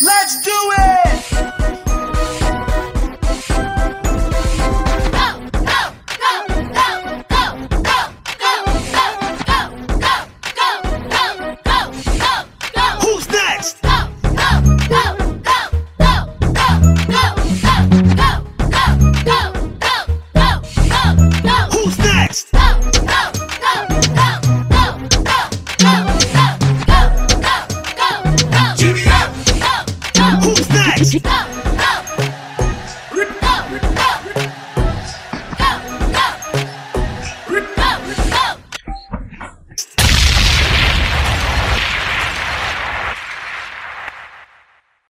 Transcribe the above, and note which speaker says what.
Speaker 1: Let's do it!